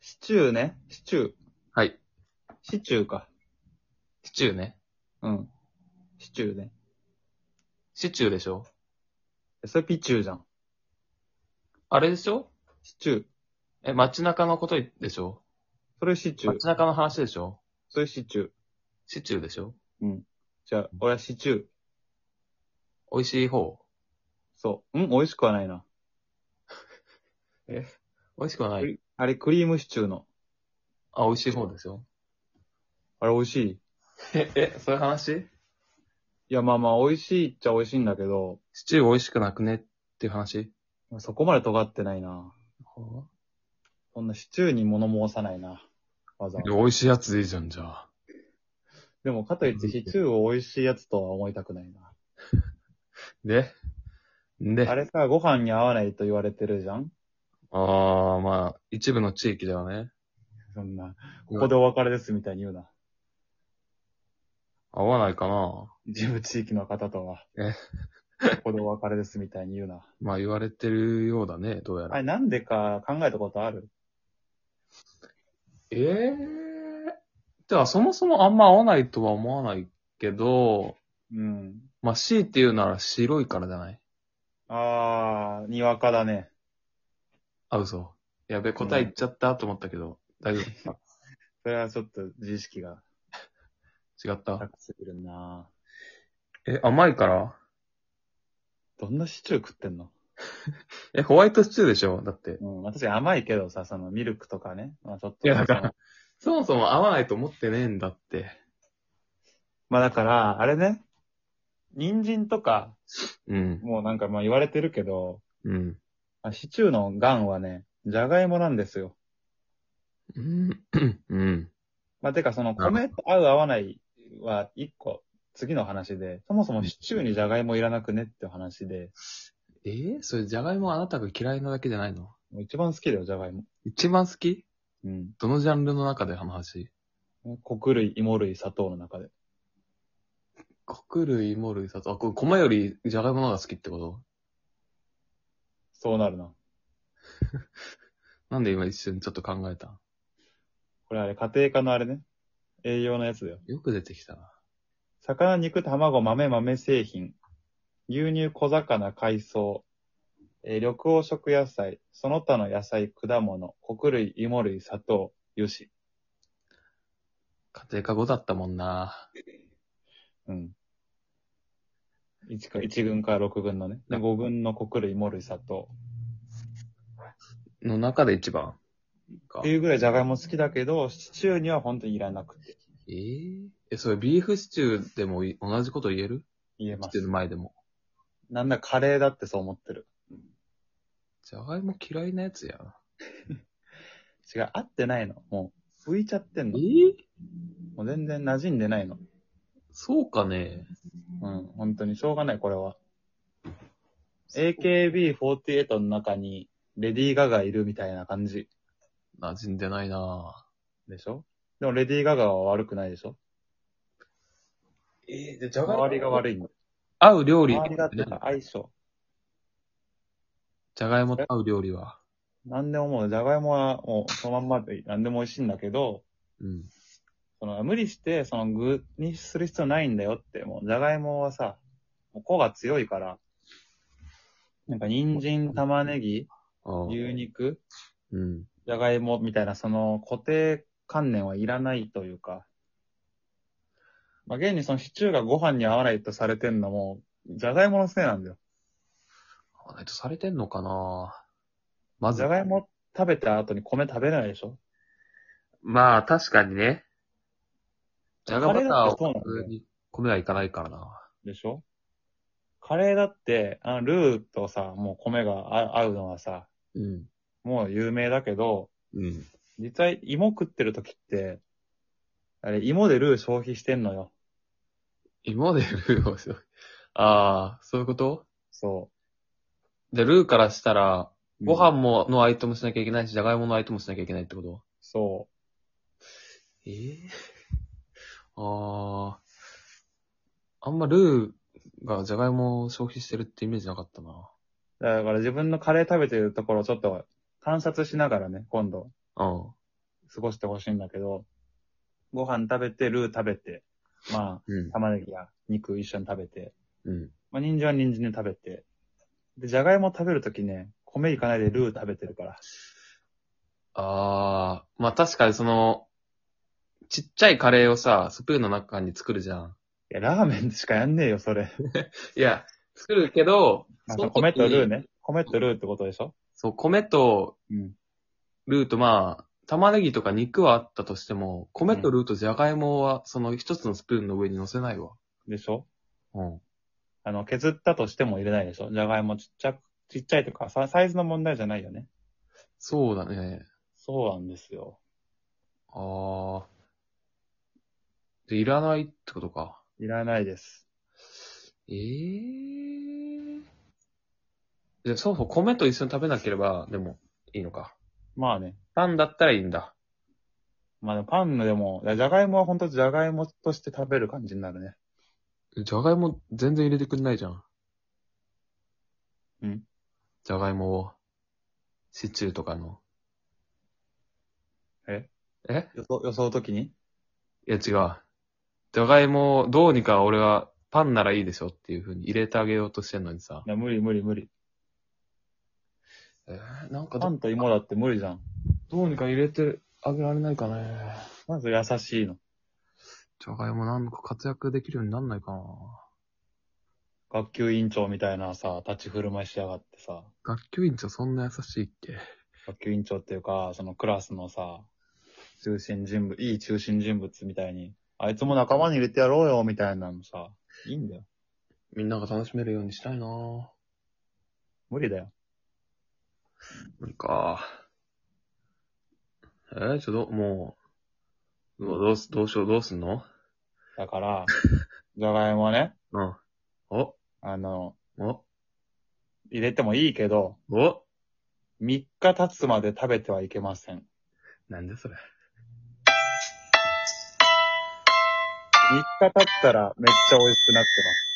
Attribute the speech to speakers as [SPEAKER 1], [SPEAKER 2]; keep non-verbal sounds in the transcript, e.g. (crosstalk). [SPEAKER 1] シチューね。シチュー。
[SPEAKER 2] はい。
[SPEAKER 1] シチューか。
[SPEAKER 2] シチューね。
[SPEAKER 1] うん。シチューね。
[SPEAKER 2] シチューでしょ
[SPEAKER 1] それピチューじゃん。
[SPEAKER 2] あれでしょ
[SPEAKER 1] シチュー。
[SPEAKER 2] え、街中のことでしょ
[SPEAKER 1] それシチュー。
[SPEAKER 2] 街中の話でしょ
[SPEAKER 1] それシチュー。
[SPEAKER 2] シチューでしょ
[SPEAKER 1] じゃあ、俺はシチュー。
[SPEAKER 2] 美味しい方。
[SPEAKER 1] そう。うん美味しくはないな。
[SPEAKER 2] 美味しくはな
[SPEAKER 1] ク
[SPEAKER 2] い。
[SPEAKER 1] リあれ、クリームシチューの。
[SPEAKER 2] あ、美味しい方ですよ。
[SPEAKER 1] あれ、美味しい。
[SPEAKER 2] え、え、そういう話
[SPEAKER 1] いや、まあまあ、美味しいっちゃ美味しいんだけど、
[SPEAKER 2] シチュー美味しくなくねっていう話
[SPEAKER 1] そこまで尖ってないな。こんなシチューに物申さないな。わざわ
[SPEAKER 2] い
[SPEAKER 1] ざ。
[SPEAKER 2] や美味しいやつでいいじゃん、じゃあ。
[SPEAKER 1] でも、かといってシチューを美味しいやつとは思いたくないな。
[SPEAKER 2] でで、
[SPEAKER 1] あれさ、ご飯に合わないと言われてるじゃん
[SPEAKER 2] あー、まあ、一部の地域ではね、
[SPEAKER 1] そんな、ここでお別れですみたいに言うな。
[SPEAKER 2] 合わないかな。
[SPEAKER 1] 一部地域の方とは
[SPEAKER 2] え。
[SPEAKER 1] ここでお別れですみたいに言うな。
[SPEAKER 2] まあ、言われてるようだね、どうや
[SPEAKER 1] あ
[SPEAKER 2] ら。
[SPEAKER 1] れ、なんでか考えたことある
[SPEAKER 2] ええー。では、そもそもあんま合わないとは思わないけど、
[SPEAKER 1] うん。
[SPEAKER 2] まあ、C っていうなら白いからじゃない
[SPEAKER 1] あー、にわかだね。
[SPEAKER 2] あ、嘘。やべ、答え言っちゃったと思ったけど、大丈夫 (laughs) ですか
[SPEAKER 1] それはちょっと自意識が
[SPEAKER 2] 違った
[SPEAKER 1] 高すぎるな
[SPEAKER 2] え、甘いから
[SPEAKER 1] どんなシチュー食ってんの
[SPEAKER 2] え、ホワイトシチューでしょだって。
[SPEAKER 1] うん、私甘いけどさ、そのミルクとかね。まあちょっと。
[SPEAKER 2] いやだから。そもそも合わないと思ってねえんだって。
[SPEAKER 1] まあだから、あれね。人参とか、
[SPEAKER 2] うん。
[SPEAKER 1] もうなんかまあ言われてるけど、
[SPEAKER 2] うん。
[SPEAKER 1] あシチューのガンはね、じゃがいもなんですよ。
[SPEAKER 2] うん。うん。
[SPEAKER 1] まあ、てかその
[SPEAKER 2] なるほど
[SPEAKER 1] 米と合う合わないは一個次の話で、そもそもシチューにじゃがいもいらなくねって話で、
[SPEAKER 2] えー、それ、じゃがいもあなたが嫌いなだけじゃないの
[SPEAKER 1] もう一番好きだよ、じゃがいも。
[SPEAKER 2] 一番好き
[SPEAKER 1] うん。
[SPEAKER 2] どのジャンルの中で話
[SPEAKER 1] 穀類、芋類、砂糖の中で。
[SPEAKER 2] 穀類、芋類、砂糖。あ、これ、米よりじゃがいもの方が好きってこと
[SPEAKER 1] そうなるな。
[SPEAKER 2] なんで今一瞬ちょっと考えた
[SPEAKER 1] これあれ、家庭科のあれね。栄養のやつだよ。
[SPEAKER 2] よく出てきたな。
[SPEAKER 1] 魚、肉、卵、豆、豆製品。牛乳、小魚、海藻。えー緑黄色野菜、その他の野菜、果物、穀類、芋類、砂糖、油脂。
[SPEAKER 2] 家庭科後だったもんな。
[SPEAKER 1] うん。1, か一軍から6軍のね。で、5軍の穀類、モ類、砂糖。
[SPEAKER 2] の中で一番。か
[SPEAKER 1] っていうぐらいジャガイモ好きだけど、シチューには本当にいらなくて。
[SPEAKER 2] えー、え、それビーフシチューでもい同じこと言える
[SPEAKER 1] 言え
[SPEAKER 2] シ
[SPEAKER 1] ま
[SPEAKER 2] チューの
[SPEAKER 1] す。
[SPEAKER 2] 前でも。
[SPEAKER 1] なんだ、カレーだってそう思ってる。
[SPEAKER 2] じゃがいも嫌いなやつや。
[SPEAKER 1] 違う、合ってないの。もう、浮いちゃってん
[SPEAKER 2] え
[SPEAKER 1] の。
[SPEAKER 2] ー、
[SPEAKER 1] もう全然馴染んでないの。
[SPEAKER 2] そうかね。
[SPEAKER 1] うん、本当にしょうがない、これは。AKB48 の中に、レディー・ガガいるみたいな感じ
[SPEAKER 2] 馴染んでないな
[SPEAKER 1] でしょでも、レディー・ガガは悪くないでしょ
[SPEAKER 2] えー、じゃ
[SPEAKER 1] 周りが
[SPEAKER 2] い。
[SPEAKER 1] 悪いの。
[SPEAKER 2] 合う料理。
[SPEAKER 1] 周りがっていうか、相性。
[SPEAKER 2] じゃがいもと合う料理は。
[SPEAKER 1] なんでももう、じゃがいもはもう、そのまんまでなんでも美味しいんだけど、
[SPEAKER 2] うん。
[SPEAKER 1] その、無理して、その具にする必要ないんだよって、もう、じゃがいもはさ、もう、個が強いから、なんか、人参、玉ねぎ、
[SPEAKER 2] ああ。
[SPEAKER 1] 牛肉、
[SPEAKER 2] うん。
[SPEAKER 1] じゃがいもみたいな、その、固定観念はいらないというか、まあ、現にその、シチューがご飯に合わないとされてんのも、じゃがいものせいなんだよ。
[SPEAKER 2] 合わないとされてんのかなま
[SPEAKER 1] じ
[SPEAKER 2] ず
[SPEAKER 1] ゃ。がいも食べた後に米食べれないでしょ
[SPEAKER 2] まあ、確かにね。じゃがバタ
[SPEAKER 1] カ
[SPEAKER 2] ー
[SPEAKER 1] レーだってそうなんだ
[SPEAKER 2] を
[SPEAKER 1] よ
[SPEAKER 2] 普通に米はいかないからな。
[SPEAKER 1] でしょカレーだって、あの、ルーとさ、もう米があ合うのはさ、
[SPEAKER 2] うん。
[SPEAKER 1] もう有名だけど、
[SPEAKER 2] うん。
[SPEAKER 1] 実際芋食ってる時って、あれ、芋でルー消費してんのよ。
[SPEAKER 2] 芋でルーをしよう。ああ、そういうこと
[SPEAKER 1] そ
[SPEAKER 2] で、ルーからしたら、
[SPEAKER 1] う。
[SPEAKER 2] ご飯も、のアイトもしなきゃいけないし、じゃがいものアイトもしなきゃいけないってこと
[SPEAKER 1] そ
[SPEAKER 2] ええああ。あんまルーがじゃがいもを消費してるってイメージなかったな。
[SPEAKER 1] う。だから自分のカレー食べてるところをちょっと観察しながらね、今度。
[SPEAKER 2] うん。
[SPEAKER 1] 過ごしてほしいんだけど、ご飯食べて、ルー食べて、ま
[SPEAKER 2] うん
[SPEAKER 1] あ、。玉ねぎや肉一緒に食べて、
[SPEAKER 2] うん。
[SPEAKER 1] まあ、人参は人参で食べて、で、じゃがいも食べるときね、米いかないでルー食べてるから。
[SPEAKER 2] あー、まあ確かにその、ちっちゃいカレーをさ、スプーンの中に作るじゃん。
[SPEAKER 1] いや、ラーメンしかやんねえよ、 (laughs) それ。
[SPEAKER 2] いや、作るけど、
[SPEAKER 1] まあ
[SPEAKER 2] その時
[SPEAKER 1] 米とルー
[SPEAKER 2] に。
[SPEAKER 1] ね。米とルーってことでしょ
[SPEAKER 2] そう、米と
[SPEAKER 1] うん。
[SPEAKER 2] ルーとまあ、玉ねぎとか肉はあったとしても、米とルーとじゃがいもは、その一つのスプーンの上に乗せないわ。
[SPEAKER 1] でしょ
[SPEAKER 2] うん。
[SPEAKER 1] あの、削ったとしても入れないでしょじゃがいもちっちゃく、ちっちゃいとか、さサイズの問題じゃないよね。
[SPEAKER 2] そうだね。
[SPEAKER 1] そうなんですよ。
[SPEAKER 2] あー。で、いらないってことか。
[SPEAKER 1] いらないです。
[SPEAKER 2] えー。で、そうそう、米と一緒に食べなければ、でも、いいのか。
[SPEAKER 1] まあね。
[SPEAKER 2] パンだったらいいんだ。
[SPEAKER 1] まあでもパンのでも、いやじゃがいもは本当じゃがいもとして食べる感じになるね。
[SPEAKER 2] じゃがいも全然入れてくんないじゃん。
[SPEAKER 1] うん
[SPEAKER 2] じゃがいもを、シチューとかの。
[SPEAKER 1] え
[SPEAKER 2] え
[SPEAKER 1] 予想、予想ときに
[SPEAKER 2] いや違う。じゃがいもをどうにか俺はパンならいいでしょっていう風に入れてあげようとしてんのにさ
[SPEAKER 1] い。や、無理無理無理。
[SPEAKER 2] えー、なんか
[SPEAKER 1] パ
[SPEAKER 2] ど
[SPEAKER 1] ンと芋だって無理じゃん。
[SPEAKER 2] どうにか入れてあげられないかね。
[SPEAKER 1] まず優しいの。
[SPEAKER 2] じゃがいもなんか活躍できるようになんないかな。
[SPEAKER 1] 学級委員長みたいなさ、立ち振る舞いしやがってさ、
[SPEAKER 2] 学級委員長そんな優しいっけ
[SPEAKER 1] 学級委員長っていうか、そのクラスのさ、中心人物、いい中心人物みたいに、あいつも仲間に入れてやろうよ、みたいなのさ、いいんだよ。
[SPEAKER 2] みんなが楽しめるようにしたいなぁ。
[SPEAKER 1] 無理だよ。
[SPEAKER 2] なんか、えー、ちょっと、もう、うわどうす、どうしよう、どうすんの
[SPEAKER 1] だから、じゃがいもはね、
[SPEAKER 2] うん。お、
[SPEAKER 1] あの、
[SPEAKER 2] お、
[SPEAKER 1] 入れてもいいけど、
[SPEAKER 2] お
[SPEAKER 1] 3日経つまで食べてはいけません。
[SPEAKER 2] なんでそれ。
[SPEAKER 1] 3日経ったらめっちゃ美味しくなってます。